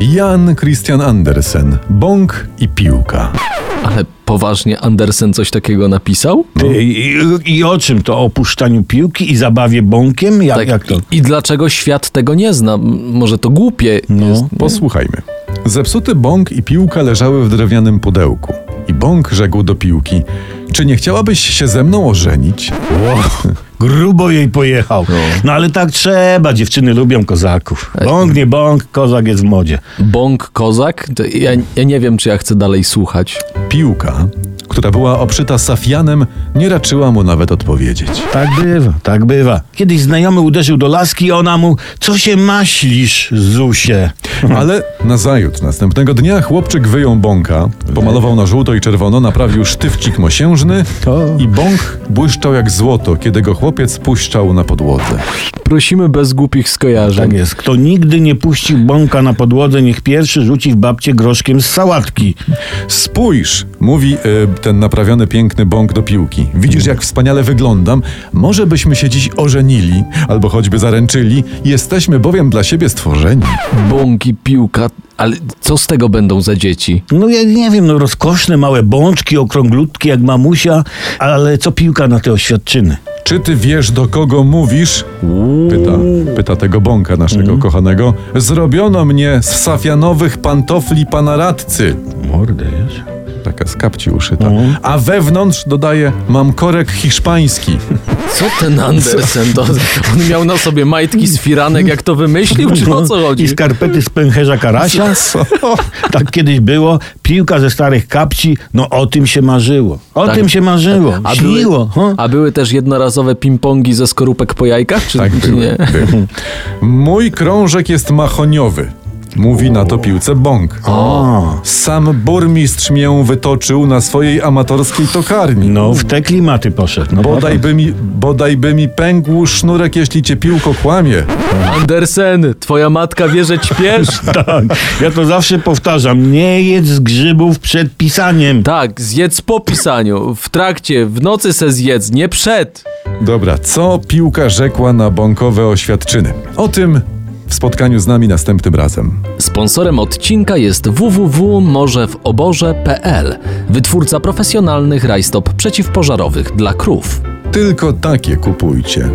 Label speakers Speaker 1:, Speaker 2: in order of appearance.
Speaker 1: Jan Christian Andersen, bąk i piłka.
Speaker 2: Ale poważnie Andersen coś takiego napisał?
Speaker 3: Ty, i, I o czym to? O puszczaniu piłki i zabawie bąkiem? Jak, jak to?
Speaker 2: Tak, I dlaczego świat tego nie zna? M- Może to głupie
Speaker 3: No.
Speaker 2: jest. nie?
Speaker 1: Posłuchajmy. Zepsuty bąk i piłka leżały w drewnianym pudełku. I bąk rzekł do piłki: Czy nie chciałabyś się ze mną ożenić?
Speaker 3: Grubo jej pojechał. No ale tak trzeba, dziewczyny lubią kozaków. Bąk, nie bąk, kozak jest w modzie.
Speaker 2: Bąk kozak? To ja, ja nie wiem, czy ja chcę dalej słuchać.
Speaker 1: Piłka, która była obszyta safianem, nie raczyła mu nawet odpowiedzieć.
Speaker 3: Tak bywa, tak bywa. Kiedyś znajomy uderzył do laski i ona mu, co się maślisz, Zusie?
Speaker 1: Ale nazajutrz, następnego dnia chłopczyk wyjął bąka, pomalował na żółto i czerwono, naprawił sztywcik mosiężny i bąk błyszczał jak złoto, kiedy go chłopiec puszczał na podłodze.
Speaker 2: Prosimy bez głupich skojarzeń.
Speaker 3: Tak jest. Kto nigdy nie puścił bąka na podłodze, niech pierwszy rzuci w babcie groszkiem z sałatki.
Speaker 1: Spójrz, mówi y, ten naprawiony piękny bąk do piłki. Widzisz, jak wspaniale wyglądam? Może byśmy się dziś ożenili, albo choćby zaręczyli. Jesteśmy bowiem dla siebie stworzeni.
Speaker 3: Tak.
Speaker 2: Bąk i piłka. Ale co z tego będą za dzieci?
Speaker 3: No ja nie wiem, no rozkoszne małe bączki, okrąglutki jak mamusia, ale co piłka na te oświadczyny?
Speaker 1: Czy ty wiesz, do kogo mówisz? Pyta, pyta tego bąka naszego kochanego. Zrobiono mnie z safianowych pantofli pana radcy.
Speaker 3: Mordę jest.
Speaker 1: Taka z kapci uszyta. A wewnątrz, dodaje, mam korek hiszpański.
Speaker 2: Co ten Andersen? To, on miał na sobie majtki z firanek, jak to wymyślił? Czy o co
Speaker 3: No. Mhm. I
Speaker 2: chodzi?
Speaker 3: skarpety z pęcherza karasia? Tak kiedyś było. Piłka ze starych kapci, no o tym się marzyło. O
Speaker 2: Tak.
Speaker 3: tym się marzyło.
Speaker 2: A
Speaker 3: Śniło.
Speaker 2: były,
Speaker 3: huh?
Speaker 2: a były też jednorazowe ping-pongi ze skorupek po jajkach? Czy,
Speaker 1: Tak
Speaker 2: czy
Speaker 1: było.
Speaker 2: nie?
Speaker 1: było. Mój krążek jest mahoniowy. Mówi na to piłce bąk.
Speaker 3: O.
Speaker 1: Sam burmistrz mię wytoczył na swojej amatorskiej tokarni.
Speaker 3: No w te klimaty poszedł. No,
Speaker 1: Bodaj by, mi, bodaj by mi pękł sznurek, jeśli cię piłko kłamie.
Speaker 2: Andersen, twoja matka wie, że ćpiesz?
Speaker 3: Tak. Ja to zawsze powtarzam. Nie jedz z grzybów przed pisaniem.
Speaker 2: Tak, zjedz po pisaniu, w trakcie, w nocy se zjedz, nie przed.
Speaker 1: Dobra, co piłka rzekła na bąkowe oświadczyny? O tym w spotkaniu z nami następnym razem.
Speaker 2: Sponsorem odcinka jest www.morzewoborze.pl, wytwórca profesjonalnych rajstop przeciwpożarowych dla krów.
Speaker 1: Tylko takie kupujcie.